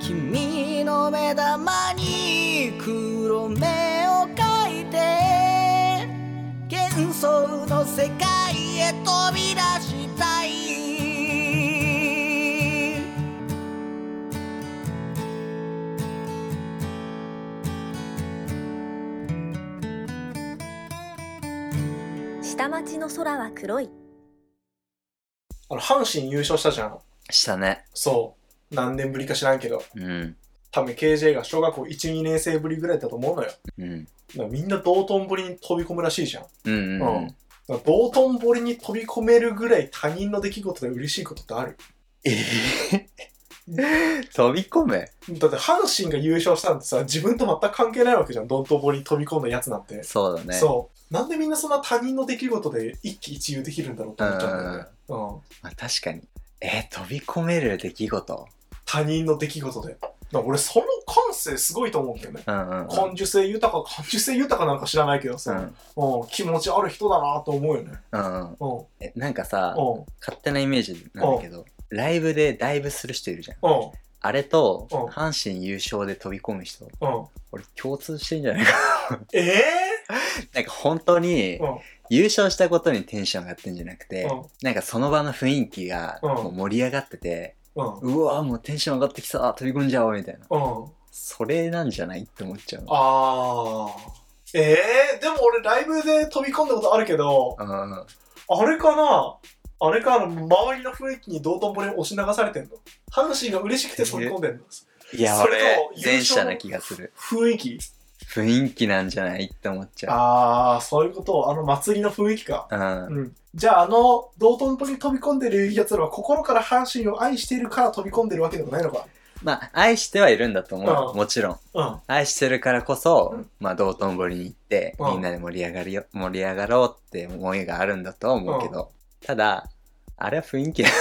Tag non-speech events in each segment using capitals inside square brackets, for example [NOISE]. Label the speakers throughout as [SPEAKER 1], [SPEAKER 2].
[SPEAKER 1] 君の目玉に黒目を描いて幻想の世界へ飛び出したい
[SPEAKER 2] 下町の空は黒い
[SPEAKER 3] あの、阪神優勝したじゃん。
[SPEAKER 4] したね。
[SPEAKER 3] そう。何年ぶりか知らんけど。
[SPEAKER 4] うん。
[SPEAKER 3] 多分 KJ が小学校1、2年生ぶりぐらいだと思うのよ。だか
[SPEAKER 4] うん。
[SPEAKER 3] らみんな道頓堀に飛び込むらしいじゃん。だ
[SPEAKER 4] うんうんう
[SPEAKER 3] うんん。から道頓堀に飛び込めるぐらい他人の出来事で嬉しいことってある
[SPEAKER 4] ええ飛び込め。
[SPEAKER 3] だって阪神が優勝したんてさ、自分と全く関係ないわけじゃん。道頓堀に飛び込んだやつなんて。
[SPEAKER 4] そうだね。
[SPEAKER 3] そう。なんでみんなそんな他人の出来事で一喜一憂できるんだろうと思っちゃうんだよね。うん。
[SPEAKER 4] まあ、確かに。えー、飛び込める出来事
[SPEAKER 3] 他人の出来事で。だから俺、その感性すごいと思うんだよね。
[SPEAKER 4] うんうんうん。
[SPEAKER 3] 感受性豊か、感受性豊かなんか知らないけど
[SPEAKER 4] う
[SPEAKER 3] さ、
[SPEAKER 4] ん。
[SPEAKER 3] うん、気持ちある人だなと思うよね。
[SPEAKER 4] うんうん。
[SPEAKER 3] うん、
[SPEAKER 4] えなんかさ、
[SPEAKER 3] うん、
[SPEAKER 4] 勝手なイメージなんだけど、ライブでダイブする人いるじゃん。
[SPEAKER 3] うん、
[SPEAKER 4] あれと
[SPEAKER 3] うん、
[SPEAKER 4] 阪神優勝で飛び込む人、
[SPEAKER 3] うん。
[SPEAKER 4] 俺共通してんじゃないか。
[SPEAKER 3] え
[SPEAKER 4] なんか本当に
[SPEAKER 3] ぇ、うん、
[SPEAKER 4] 優勝したことにテンション上がってんじゃなくて、
[SPEAKER 3] うん
[SPEAKER 4] なんかその場の雰囲気が
[SPEAKER 3] うん
[SPEAKER 4] もう盛り上がってて、
[SPEAKER 3] うん、
[SPEAKER 4] うわもうテンション上がってきた、飛び込んじゃおうみたいな。
[SPEAKER 3] うん。
[SPEAKER 4] それなんじゃないって思っちゃうの。
[SPEAKER 3] あー。えぇ、でも俺、ライブで飛び込んだことあるけど、
[SPEAKER 4] うん。
[SPEAKER 3] あれかなあれかな周りの雰囲気に道頓堀押し流されてんの阪神が嬉しくて飛び込んでんの
[SPEAKER 4] いや、
[SPEAKER 3] それ
[SPEAKER 4] 俺
[SPEAKER 3] と、優
[SPEAKER 4] 前者
[SPEAKER 3] 勝の
[SPEAKER 4] な気がする。
[SPEAKER 3] 雰囲気
[SPEAKER 4] 雰囲気なんじゃないって思っちゃう。
[SPEAKER 3] あー、そういうこと。あの祭りの雰囲気か。
[SPEAKER 4] うん。
[SPEAKER 3] うん。じゃあ、あの、道頓堀に飛び込んでる奴らは心から阪神を愛しているから飛び込んでるわけでもないのか。
[SPEAKER 4] まあ、愛してはいるんだと思うよ。
[SPEAKER 3] うん
[SPEAKER 4] もちろん。
[SPEAKER 3] うん。
[SPEAKER 4] 愛してるからこそ、
[SPEAKER 3] うん
[SPEAKER 4] まあ、道頓堀に行って、
[SPEAKER 3] うん
[SPEAKER 4] みんなで盛り上がるよ、盛り上がろうって思いがあるんだとは思うけど、ただ、あれは雰囲気だっ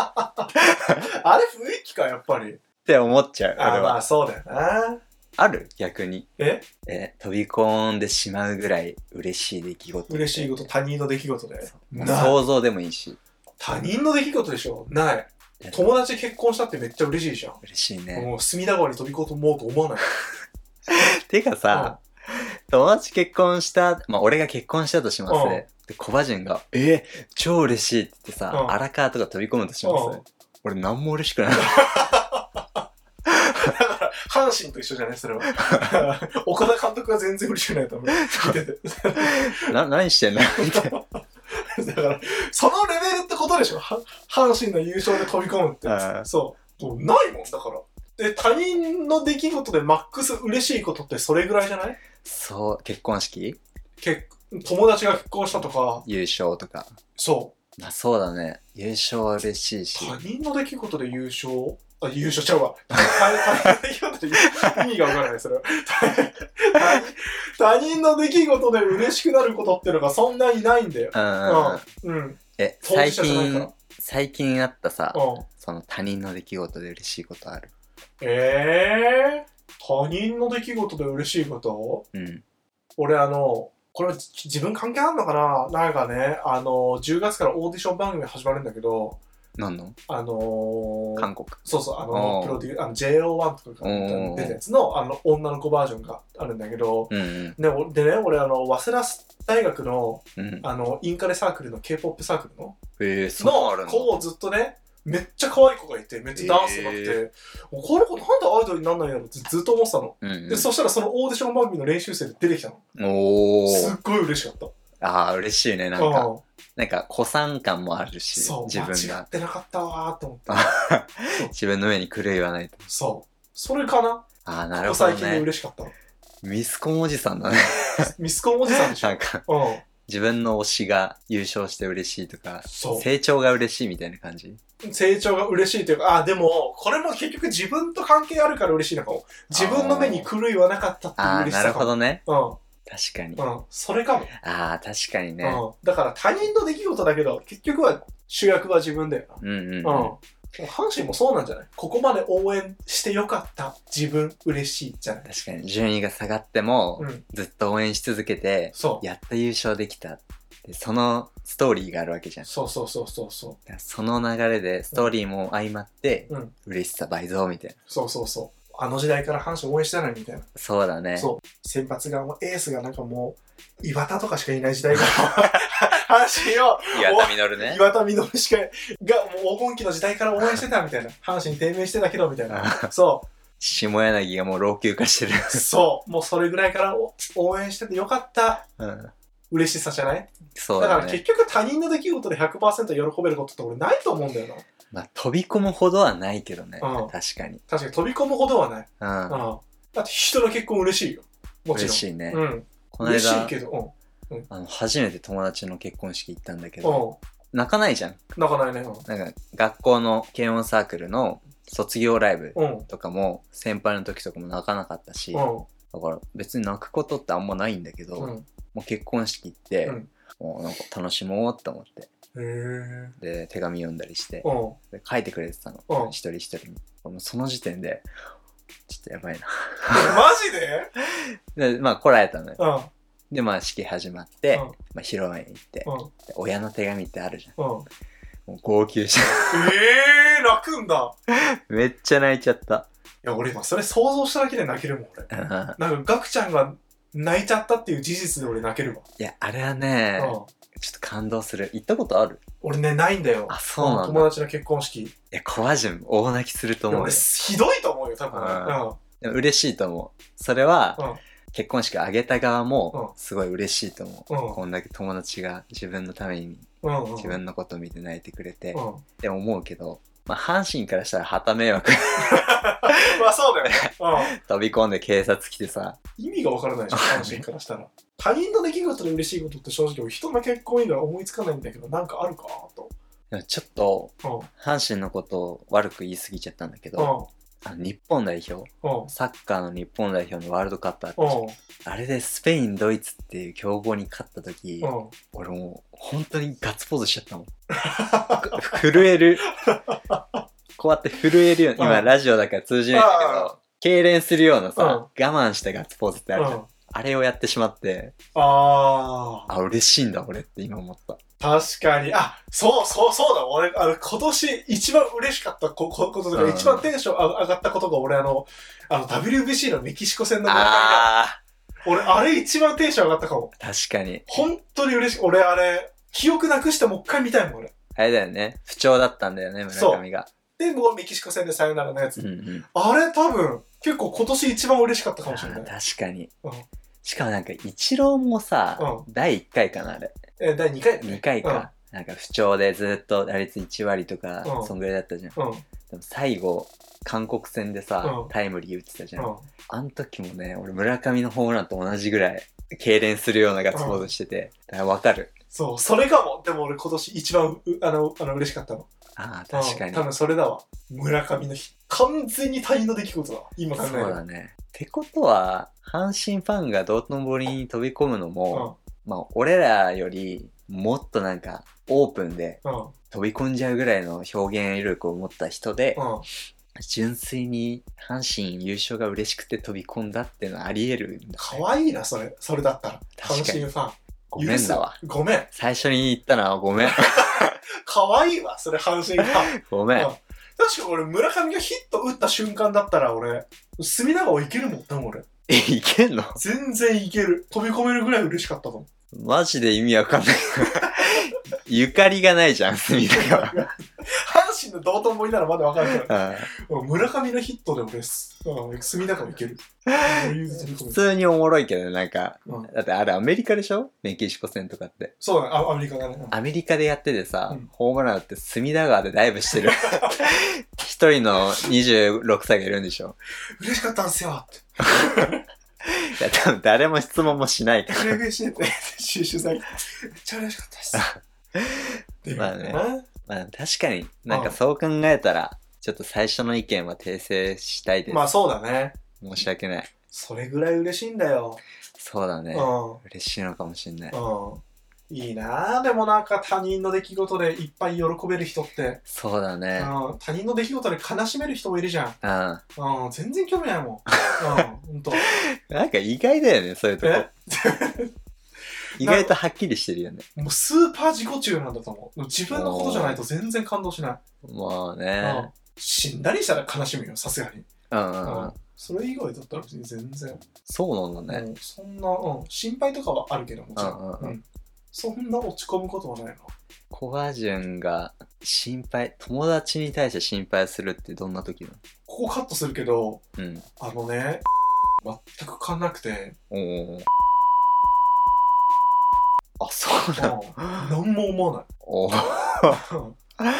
[SPEAKER 3] あれ雰囲気か、やっぱり。
[SPEAKER 4] て思っちゃう、
[SPEAKER 3] あ
[SPEAKER 4] 俺
[SPEAKER 3] ーま
[SPEAKER 4] は。
[SPEAKER 3] あ、そうだよな。
[SPEAKER 4] ある逆に。
[SPEAKER 3] え
[SPEAKER 4] えー飛び込んでしまうぐらい嬉しい出来事。
[SPEAKER 3] 嬉しいこと、他人の出来事で。
[SPEAKER 4] まあ
[SPEAKER 3] ない。
[SPEAKER 4] 想像でもいいし、
[SPEAKER 3] 他人の出来事でしょない
[SPEAKER 4] いや。
[SPEAKER 3] 友達結婚したってめっちゃ嬉しいじゃん。
[SPEAKER 4] 嬉しいね。
[SPEAKER 3] もう隅田川に飛び込もうと思わない。
[SPEAKER 4] てかさ、友達結婚した、まあ、俺が結婚したとします。
[SPEAKER 3] うん
[SPEAKER 4] で、コバジンが、えー超嬉しいって言ってさ、
[SPEAKER 3] うん
[SPEAKER 4] 荒川とか飛び込むとします。
[SPEAKER 3] うん
[SPEAKER 4] 俺、なんも嬉しくない。 [LAUGHS]
[SPEAKER 3] 阪神と一緒じゃないそれは。岡田監督は全然嬉しくないと思う。見てて。
[SPEAKER 4] な、何して
[SPEAKER 3] [LAUGHS]
[SPEAKER 4] んのみたいな。
[SPEAKER 3] だから、そのレベルってことでしょは阪神の優勝で飛び込むって
[SPEAKER 4] う。ん
[SPEAKER 3] そう。もうないもんだから。で、他人の出来事でマックス嬉しいことってそれぐらいじゃない
[SPEAKER 4] そう、結婚式
[SPEAKER 3] 結友達が結婚したとか、
[SPEAKER 4] 優勝とか。
[SPEAKER 3] そ。
[SPEAKER 4] まあそうだね。優勝は嬉しいうし。
[SPEAKER 3] 他人の出来事で優勝あ、優勝ちゃうわ。他他人の出来事で優勝意味がわからない、それは。 [LAUGHS] 他他人の出来事で嬉しくなることってのがそんなにないんだよ。
[SPEAKER 4] うんうんうん。
[SPEAKER 3] うん。うん。
[SPEAKER 4] え、
[SPEAKER 3] 当事
[SPEAKER 4] 最
[SPEAKER 3] 者じゃないから
[SPEAKER 4] 近、最近あったさ、
[SPEAKER 3] うん。
[SPEAKER 4] その他人の出来事で嬉しいことある。
[SPEAKER 3] ええ他人の出来事で嬉しいこと
[SPEAKER 4] うん。
[SPEAKER 3] 俺あの、これじ自分関係あんのかななんかね、あの、10月からオーディション番組始まるんだけど、
[SPEAKER 4] 何の
[SPEAKER 3] あのー
[SPEAKER 4] 韓国。
[SPEAKER 3] そうそう、あ
[SPEAKER 4] お
[SPEAKER 3] の
[SPEAKER 4] ー、
[SPEAKER 3] プロデュー、あの、JO1 とか
[SPEAKER 4] おー
[SPEAKER 3] が出たやつの、あの、女の子バージョンがあるんだけど、
[SPEAKER 4] うんうん。
[SPEAKER 3] でおでね、俺あの、早稲田大学の、
[SPEAKER 4] うん。
[SPEAKER 3] あの、インカレサークルの K-POP サークルの、
[SPEAKER 4] えー、そうある
[SPEAKER 3] の
[SPEAKER 4] の
[SPEAKER 3] 子をずっとね、めっちゃ可愛い子がいて、めっちゃダンス上手くて、
[SPEAKER 4] え
[SPEAKER 3] この子なんでアイドルになんないんだろうってずっと思ってたの。
[SPEAKER 4] うんうん
[SPEAKER 3] で、そしたらそのオーディション番組の練習生で出てきたの。
[SPEAKER 4] お
[SPEAKER 3] す
[SPEAKER 4] ー
[SPEAKER 3] っ。ごい嬉しかった。
[SPEAKER 4] あー、嬉しいね。なん
[SPEAKER 3] う
[SPEAKER 4] か、
[SPEAKER 3] ん
[SPEAKER 4] なんか、古参感もあるし
[SPEAKER 3] そ、う、
[SPEAKER 4] 自分
[SPEAKER 3] 間違っ
[SPEAKER 4] が。
[SPEAKER 3] てなかったわーと思って。
[SPEAKER 4] 自分の上に狂いはないと。
[SPEAKER 3] そう。それかな
[SPEAKER 4] あー、な
[SPEAKER 3] こ
[SPEAKER 4] る
[SPEAKER 3] こ
[SPEAKER 4] ほど
[SPEAKER 3] 最近で
[SPEAKER 4] ね。
[SPEAKER 3] 嬉しかったの。
[SPEAKER 4] ミスコンおじさんだね。
[SPEAKER 3] ミスコンおじさんでしょ。
[SPEAKER 4] [LAUGHS] なんか、
[SPEAKER 3] うん。
[SPEAKER 4] 自分の推しが優勝して嬉しいとか、
[SPEAKER 3] そ
[SPEAKER 4] 成長が嬉しいみたいな感じ
[SPEAKER 3] う。成長が嬉しいというか、あ、でも、これも結局自分と関係あるから嬉しいのかも。自分の目に狂いはなかったっていう
[SPEAKER 4] ああ、
[SPEAKER 3] 嬉し
[SPEAKER 4] な
[SPEAKER 3] さ
[SPEAKER 4] る
[SPEAKER 3] か
[SPEAKER 4] ほ
[SPEAKER 3] も。
[SPEAKER 4] どね。
[SPEAKER 3] うん
[SPEAKER 4] 確かに。あ
[SPEAKER 3] うん、それかも、
[SPEAKER 4] あー、確かにね。
[SPEAKER 3] うん。だから他人の出来事だけど、結局は主役は自分だよな。
[SPEAKER 4] うんうんうん。
[SPEAKER 3] うん。阪神もそうなんじゃないここまで応援してよかった。自分嬉しいじゃない。
[SPEAKER 4] 確かに、順位が下がっても、
[SPEAKER 3] うん。
[SPEAKER 4] ずっと応援し続けて、
[SPEAKER 3] そう。
[SPEAKER 4] やっと優勝できた。でそのストーリーがあるわけじゃんだ
[SPEAKER 3] そうそうそうそうそう
[SPEAKER 4] からその流れでストーリーも相まって、
[SPEAKER 3] うん
[SPEAKER 4] 嬉しさ倍増みたいな
[SPEAKER 3] そうそうそうあの時代から阪神応援してないみたいな
[SPEAKER 4] そうだね
[SPEAKER 3] そう先発がもうエースがなんかもう岩田とかしかいない時
[SPEAKER 4] [LAUGHS]
[SPEAKER 3] 代から阪神を
[SPEAKER 4] 岩田実ね
[SPEAKER 3] 岩田稔しかがもう黄金期の時代から応援してたみたいな阪神低迷してたけどみたいなそ
[SPEAKER 4] 下柳がもう老朽化してる、
[SPEAKER 3] うそうもうそれぐらいからお応援しててよかった
[SPEAKER 4] うん、
[SPEAKER 3] 嬉しさじゃない
[SPEAKER 4] そ
[SPEAKER 3] だ,、
[SPEAKER 4] うだ
[SPEAKER 3] から
[SPEAKER 4] ね
[SPEAKER 3] 結局他人の出来事で100%喜べることって俺ないと思うんだよな
[SPEAKER 4] まあ、飛び込むほどはないけどね、
[SPEAKER 3] うん
[SPEAKER 4] 確かに、
[SPEAKER 3] 確かに飛び込むほどはない、
[SPEAKER 4] うん
[SPEAKER 3] うん、だって人の結婚嬉しいよもちろん
[SPEAKER 4] 嬉しいね、
[SPEAKER 3] うん、
[SPEAKER 4] この
[SPEAKER 3] 嬉しい
[SPEAKER 4] 間
[SPEAKER 3] けど、
[SPEAKER 4] あの初めて友達の結婚式行ったんだけ
[SPEAKER 3] う
[SPEAKER 4] ど、
[SPEAKER 3] ん、うん、
[SPEAKER 4] 泣かないじゃん
[SPEAKER 3] 泣かないね、
[SPEAKER 4] なんか学校の軽音サークルの卒業ライブ
[SPEAKER 3] うん、うん、
[SPEAKER 4] とかも先輩の時とかも泣かなかったし、
[SPEAKER 3] う
[SPEAKER 4] だから別に泣くことってあんまないんだけど、
[SPEAKER 3] ん、うん、
[SPEAKER 4] もう結婚式行って、
[SPEAKER 3] うん
[SPEAKER 4] もうなんか楽しもうって思って
[SPEAKER 3] へえ、
[SPEAKER 4] で手紙読んだりして
[SPEAKER 3] うん、
[SPEAKER 4] で書いてくれてたの、
[SPEAKER 3] うん
[SPEAKER 4] 一人一人にもうその時点でちょっとやばいな
[SPEAKER 3] マジで
[SPEAKER 4] でまあこらえたのよ
[SPEAKER 3] うん、
[SPEAKER 4] でまあ式始まって、
[SPEAKER 3] うん
[SPEAKER 4] まあ、披露宴行って、
[SPEAKER 3] うん、
[SPEAKER 4] で親の手紙ってあるじゃん
[SPEAKER 3] うん。
[SPEAKER 4] もう号泣した
[SPEAKER 3] ええー、泣くんだ。
[SPEAKER 4] [LAUGHS] めっちゃ泣いちゃった [LAUGHS]
[SPEAKER 3] いや、俺今それ想像しただけで泣けるもん、俺。
[SPEAKER 4] うん
[SPEAKER 3] なんか、ガクちゃんが泣いちゃったっていう事実で俺泣けるわ。
[SPEAKER 4] いやあれはね、
[SPEAKER 3] うん。
[SPEAKER 4] ちょっと感動する行ったことある
[SPEAKER 3] 俺ね、ないんだよ。
[SPEAKER 4] あそうなんだ
[SPEAKER 3] 友達の結婚式。
[SPEAKER 4] いやコラジュン大泣きすると思うよ
[SPEAKER 3] 俺、ひどいと思うよ、多分。
[SPEAKER 4] うん
[SPEAKER 3] うん。
[SPEAKER 4] でも嬉しいと思うそれは、
[SPEAKER 3] うん
[SPEAKER 4] 結婚式挙げた側も
[SPEAKER 3] う
[SPEAKER 4] すごい嬉しいと思う、
[SPEAKER 3] うん
[SPEAKER 4] こんだけ友達が自分のために
[SPEAKER 3] うん、うん。
[SPEAKER 4] 自分のこと見て泣いてくれて、
[SPEAKER 3] うん。
[SPEAKER 4] でも思うけどまあ阪神からしたら旗迷惑
[SPEAKER 3] まあ、そうだよ
[SPEAKER 4] [LAUGHS]
[SPEAKER 3] ね。
[SPEAKER 4] 飛び込んで警察来てさ
[SPEAKER 3] うん。意味がわからないでしょ、阪神からしたら。他人の出来事で嬉しいことって正直、俺人の結婚以外思いつかないんだけど、なんかあるかと。
[SPEAKER 4] でもちょっと
[SPEAKER 3] うん。
[SPEAKER 4] 阪神のことを悪く言い過ぎちゃったんだけ
[SPEAKER 3] う
[SPEAKER 4] ど、
[SPEAKER 3] ん。
[SPEAKER 4] あの日本代表
[SPEAKER 3] うん。
[SPEAKER 4] サッカーの日本代表のワールドカップあったじゃん
[SPEAKER 3] うん。
[SPEAKER 4] あれでスペインドイツっていう強豪に勝った時、
[SPEAKER 3] うん。
[SPEAKER 4] 俺もう本当にガッツポーズしちゃったもんふ震えるこうやって震えるように今
[SPEAKER 3] うん
[SPEAKER 4] ラジオだから通じないんだけど痙攣するようなさ、
[SPEAKER 3] うん
[SPEAKER 4] 我慢したガッツポーズってあるじゃん、
[SPEAKER 3] うん
[SPEAKER 4] あれをやってしまって
[SPEAKER 3] ああ。
[SPEAKER 4] あ嬉しいんだ俺って今思った
[SPEAKER 3] 確かに。あ、そうそうそうだ。俺、あの、今年一番嬉しかったこここととか、
[SPEAKER 4] うん
[SPEAKER 3] 一番テンション上上がったことが、俺、あの、あの、WBC のメキシコ戦の戦い
[SPEAKER 4] あ
[SPEAKER 3] だ俺、あれ一番テンション上がったかも。
[SPEAKER 4] ー確かに
[SPEAKER 3] 本当に嬉しい。俺、あれ、記憶なくしてもう一回見たいもん、俺。
[SPEAKER 4] あれだよね不調だったんだよね村上が
[SPEAKER 3] で、もうメキシコ戦でさよならのやつ。
[SPEAKER 4] うんうん
[SPEAKER 3] あれ、多分、結構今年一番嬉しかったかもしれない
[SPEAKER 4] あ。ー確かに、
[SPEAKER 3] うん
[SPEAKER 4] しかもなんかイチローもさ、
[SPEAKER 3] う
[SPEAKER 4] 第1回かなあれ
[SPEAKER 3] え、第2回だね
[SPEAKER 4] 2回か、なんか不調でずっと打率1割とか、
[SPEAKER 3] うん
[SPEAKER 4] そんぐらいだったじゃん
[SPEAKER 3] うん。うん。
[SPEAKER 4] でも最後韓国戦でさ、
[SPEAKER 3] うん
[SPEAKER 4] タイムリー打ってたじゃん、
[SPEAKER 3] うん。
[SPEAKER 4] あの時もね俺村上のホームランと同じぐらい痙攣するようなガッツポーズしてて、だから分かる
[SPEAKER 3] そう、それかも。でも俺、今年一番う、あの、あの、嬉しかったの。
[SPEAKER 4] ああ確か
[SPEAKER 3] うん
[SPEAKER 4] に、
[SPEAKER 3] 多分それだわ。村上の日。完全に他人の出来事だわ。今考え
[SPEAKER 4] そう
[SPEAKER 3] る
[SPEAKER 4] だねってことは阪神ファンが道頓堀に飛び込むのも、まあ俺らよりもっとなんかオープンで
[SPEAKER 3] うん。うん。
[SPEAKER 4] 飛び込んじゃうぐらいの表現力を持った人で、
[SPEAKER 3] うん。
[SPEAKER 4] 純粋に阪神優勝が嬉しくて飛び込んだっていうのはあり得るんだ
[SPEAKER 3] かわいいな、それ。それだったら。
[SPEAKER 4] 確かに
[SPEAKER 3] 阪神ファン。
[SPEAKER 4] ごめんだわ
[SPEAKER 3] 許す。ごめん。
[SPEAKER 4] 最初に言ったのはごめん
[SPEAKER 3] かわいいわ、それ、阪神ファン。
[SPEAKER 4] ごめん
[SPEAKER 3] うん確か俺、村上がヒット打った瞬間だったら、俺、隅田川いけるもん、でも俺。
[SPEAKER 4] えいけんの
[SPEAKER 3] 全然いける。飛び込めるぐらい嬉しかったと思
[SPEAKER 4] マジで意味わか
[SPEAKER 3] [LAUGHS]
[SPEAKER 4] んないゆかりがないじゃん隅田川
[SPEAKER 3] 阪神の道頓堀ならまだわかるけ
[SPEAKER 4] う
[SPEAKER 3] ど、
[SPEAKER 4] ん [LAUGHS]
[SPEAKER 3] うん村上のヒットで俺、すうん隅田川いける。余裕で飛び込め
[SPEAKER 4] 普
[SPEAKER 3] る
[SPEAKER 4] 通におもろいけどねなんか
[SPEAKER 3] うん
[SPEAKER 4] だってあれアメリカでしょメキシコ戦とかって
[SPEAKER 3] そうだね、あアメリカだね。うん
[SPEAKER 4] アメリカでやっててさ、
[SPEAKER 3] うん
[SPEAKER 4] ホームラン打って隅田川でダイブ
[SPEAKER 3] [LAUGHS]
[SPEAKER 4] してる一人の26歳がいるんでしょ
[SPEAKER 3] 嬉しかったんすよって。
[SPEAKER 4] [LAUGHS] いや多分誰も質問もしないから
[SPEAKER 3] プレビューしてて、収集されて、めっちゃ嬉しかったです。っていう
[SPEAKER 4] [LAUGHS] まあねまあ確かになんか
[SPEAKER 3] うん
[SPEAKER 4] そう考えたらちょっと最初の意見は訂正したいです、
[SPEAKER 3] まあそうだね。
[SPEAKER 4] 申し訳ない
[SPEAKER 3] それぐらい嬉しいんだよ。
[SPEAKER 4] そうだね、
[SPEAKER 3] う
[SPEAKER 4] 嬉しいのかもしれない、
[SPEAKER 3] ん。うん。いいなあでもなんか他人の出来事でいっぱい喜べる人って、
[SPEAKER 4] そうだ
[SPEAKER 3] う
[SPEAKER 4] ね
[SPEAKER 3] ん、他人の出来事で悲しめる人もいるじゃん。
[SPEAKER 4] うんな
[SPEAKER 3] うん、全然興味
[SPEAKER 4] [LAUGHS]
[SPEAKER 3] ないもん。うん、ほんと。
[SPEAKER 4] んか意外だよねそういうとこ
[SPEAKER 3] え
[SPEAKER 4] 意外とはっきりしてるよね。
[SPEAKER 3] もうスーパー自己中なんだと思う。自分のことじゃないと全然感動しない。
[SPEAKER 4] まあ
[SPEAKER 3] うん
[SPEAKER 4] ね。
[SPEAKER 3] 死んだりしたら悲しむよ、さすがに。
[SPEAKER 4] うん
[SPEAKER 3] う
[SPEAKER 4] うんうん
[SPEAKER 3] ん。それ以外だったら別に全然。
[SPEAKER 4] そうなんだね。
[SPEAKER 3] うんそんな、うん、心配とかはあるけどもちろん。
[SPEAKER 4] うんうんうん
[SPEAKER 3] うんそんな落ち込むことはないの。
[SPEAKER 4] コアジュンが心配、友達に対して心配するってどんな時なの
[SPEAKER 3] ここカットするけど、
[SPEAKER 4] うん。
[SPEAKER 3] あのね、全くかんなくて、
[SPEAKER 4] おーあ、そうなの
[SPEAKER 3] 何も思わ
[SPEAKER 4] おー
[SPEAKER 3] な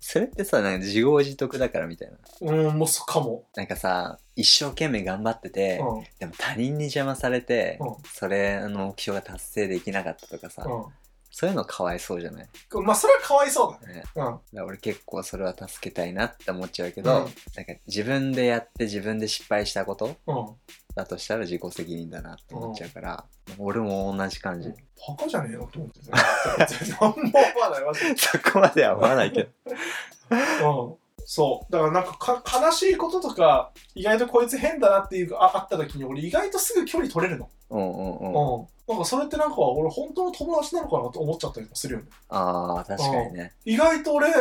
[SPEAKER 4] それってさ、なんか自業自得だからみたいな。
[SPEAKER 3] い。うん、もうそかも。
[SPEAKER 4] なんかさ、一生懸命頑張ってて、
[SPEAKER 3] うん、うん、
[SPEAKER 4] でも他人に邪魔されて、
[SPEAKER 3] うん
[SPEAKER 4] それの目標が達成できなかったとかさ、そういうのかわいそうじゃない、
[SPEAKER 3] まあ、それはかわいそう
[SPEAKER 4] ね、だか
[SPEAKER 3] だね。
[SPEAKER 4] ら俺結構それは助けたいなって思っちゃうけど、
[SPEAKER 3] うん
[SPEAKER 4] なんか自分でやって自分で失敗したこと
[SPEAKER 3] うん、うん。
[SPEAKER 4] だとしたら自己責任だなって思っちゃうから、俺も同じ感じ、
[SPEAKER 3] バカじゃねえのと思ってたよ。全然何も思わない、マジで。
[SPEAKER 4] [LAUGHS] そこまでは思わないけど
[SPEAKER 3] うん。そう。だからなんかか悲しいこととか、意外とこいつ変だなっていうかああった時に、俺意外とすぐ距離取れるの。
[SPEAKER 4] うんうんうん、あ
[SPEAKER 3] うん。なんかそれってなんか俺本当の友達なのかなと思っちゃったりもするよね。
[SPEAKER 4] あー確かにね
[SPEAKER 3] 意外と俺、い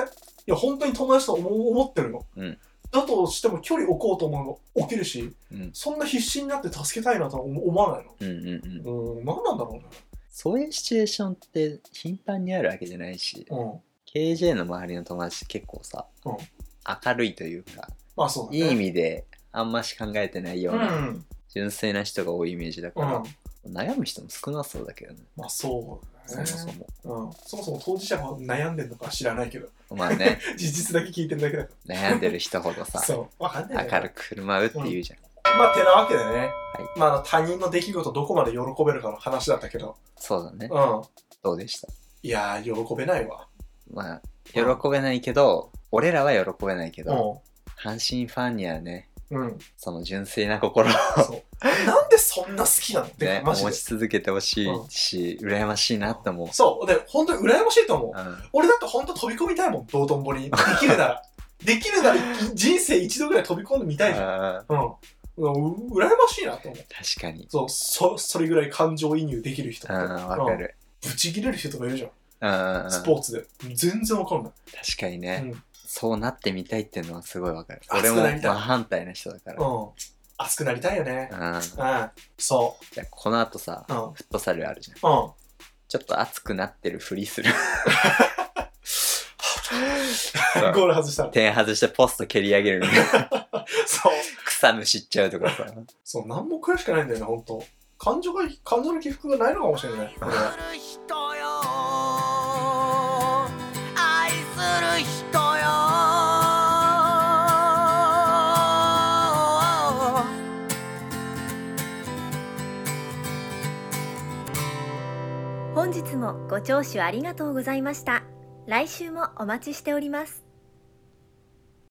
[SPEAKER 3] や本当に友達と思思ってるの。
[SPEAKER 4] うん
[SPEAKER 3] だとしても距離置こうと思うの置けるし、
[SPEAKER 4] うん
[SPEAKER 3] そんな必死になって助けたいなとは思思わないの。
[SPEAKER 4] うんうんうん
[SPEAKER 3] うん、何なんだろうね。
[SPEAKER 4] そういうシチュエーションって頻繁にあるわけじゃないし、
[SPEAKER 3] うん。
[SPEAKER 4] KJ の周りの友達って結構さ、
[SPEAKER 3] うん
[SPEAKER 4] 明るいというか
[SPEAKER 3] まあそうだね。
[SPEAKER 4] いい意味であんまし考えてないよ
[SPEAKER 3] う。
[SPEAKER 4] うなん純粋な人が多いイメージだか
[SPEAKER 3] うん。
[SPEAKER 4] ら、悩む人も少なそうだけどね、
[SPEAKER 3] まあそうだ
[SPEAKER 4] そ
[SPEAKER 3] ね。
[SPEAKER 4] もそも
[SPEAKER 3] うん、そもそも当事者が悩んでるのか知らないけど、 [LAUGHS]
[SPEAKER 4] まあね
[SPEAKER 3] 事実だけ聞いてるだけだか
[SPEAKER 4] 悩んでる人ほど
[SPEAKER 3] ら。
[SPEAKER 4] さ
[SPEAKER 3] そう、わかんないよ
[SPEAKER 4] 明るく振る舞うっていうじゃん、
[SPEAKER 3] まあ、てなわけでね、まああの、他人の出来事どこまで喜べるかの話だったけど、
[SPEAKER 4] そうだね
[SPEAKER 3] うん。
[SPEAKER 4] どうでした
[SPEAKER 3] いやー、喜べないわ。
[SPEAKER 4] まあ喜べないけど、俺らは喜べないけど、
[SPEAKER 3] う
[SPEAKER 4] 阪神ファンにはね
[SPEAKER 3] ん。うん。
[SPEAKER 4] その純粋な心を [LAUGHS]
[SPEAKER 3] そう。なんでそんな好きなのって、
[SPEAKER 4] ね
[SPEAKER 3] マジ [LAUGHS]
[SPEAKER 4] 持
[SPEAKER 3] で。
[SPEAKER 4] ち続けてほしいし、羨ましいなって思う、
[SPEAKER 3] そう。で、本当に羨ましいと思う。
[SPEAKER 4] うん
[SPEAKER 3] 俺だって本当飛び込みたいもん、道頓堀に。できるなら。できるなら人生一度ぐらい飛び込んでみたいじゃん。
[SPEAKER 4] あー
[SPEAKER 3] うん。うんう羨ましいなと思う。
[SPEAKER 4] 確かに
[SPEAKER 3] そう、そ、それぐらい感情移入できる人。
[SPEAKER 4] うんわかる
[SPEAKER 3] うん。ぶち切れる人とかいるじゃん。
[SPEAKER 4] うんうんうん
[SPEAKER 3] スポーツで。全然わかんない。
[SPEAKER 4] 確かにね、
[SPEAKER 3] うん。うん。
[SPEAKER 4] そうなってみたいっていうのはすごいわかる。
[SPEAKER 3] あ
[SPEAKER 4] 俺も
[SPEAKER 3] そうなりたい
[SPEAKER 4] 真反対な人だから。
[SPEAKER 3] 熱くなりたいよね。
[SPEAKER 4] うん。
[SPEAKER 3] うん。そ
[SPEAKER 4] じゃあこの後さ、
[SPEAKER 3] う。うん。うん。
[SPEAKER 4] フットサルあるじゃん。ちょっと熱くなってるふりする。
[SPEAKER 3] ゴール外したら。
[SPEAKER 4] 点外してポスト蹴り上げるみたいな。
[SPEAKER 3] そう。
[SPEAKER 4] [LAUGHS] 草むしっちゃうとかさ。
[SPEAKER 3] そう、なんも悔しくないんだよね、ほんと。感情が、感情の起伏がないのかもしれない。これ
[SPEAKER 1] 愛
[SPEAKER 3] は
[SPEAKER 1] する人よ愛する人よ
[SPEAKER 2] 本日もご聴取ありがとうございました来週もお待ちしております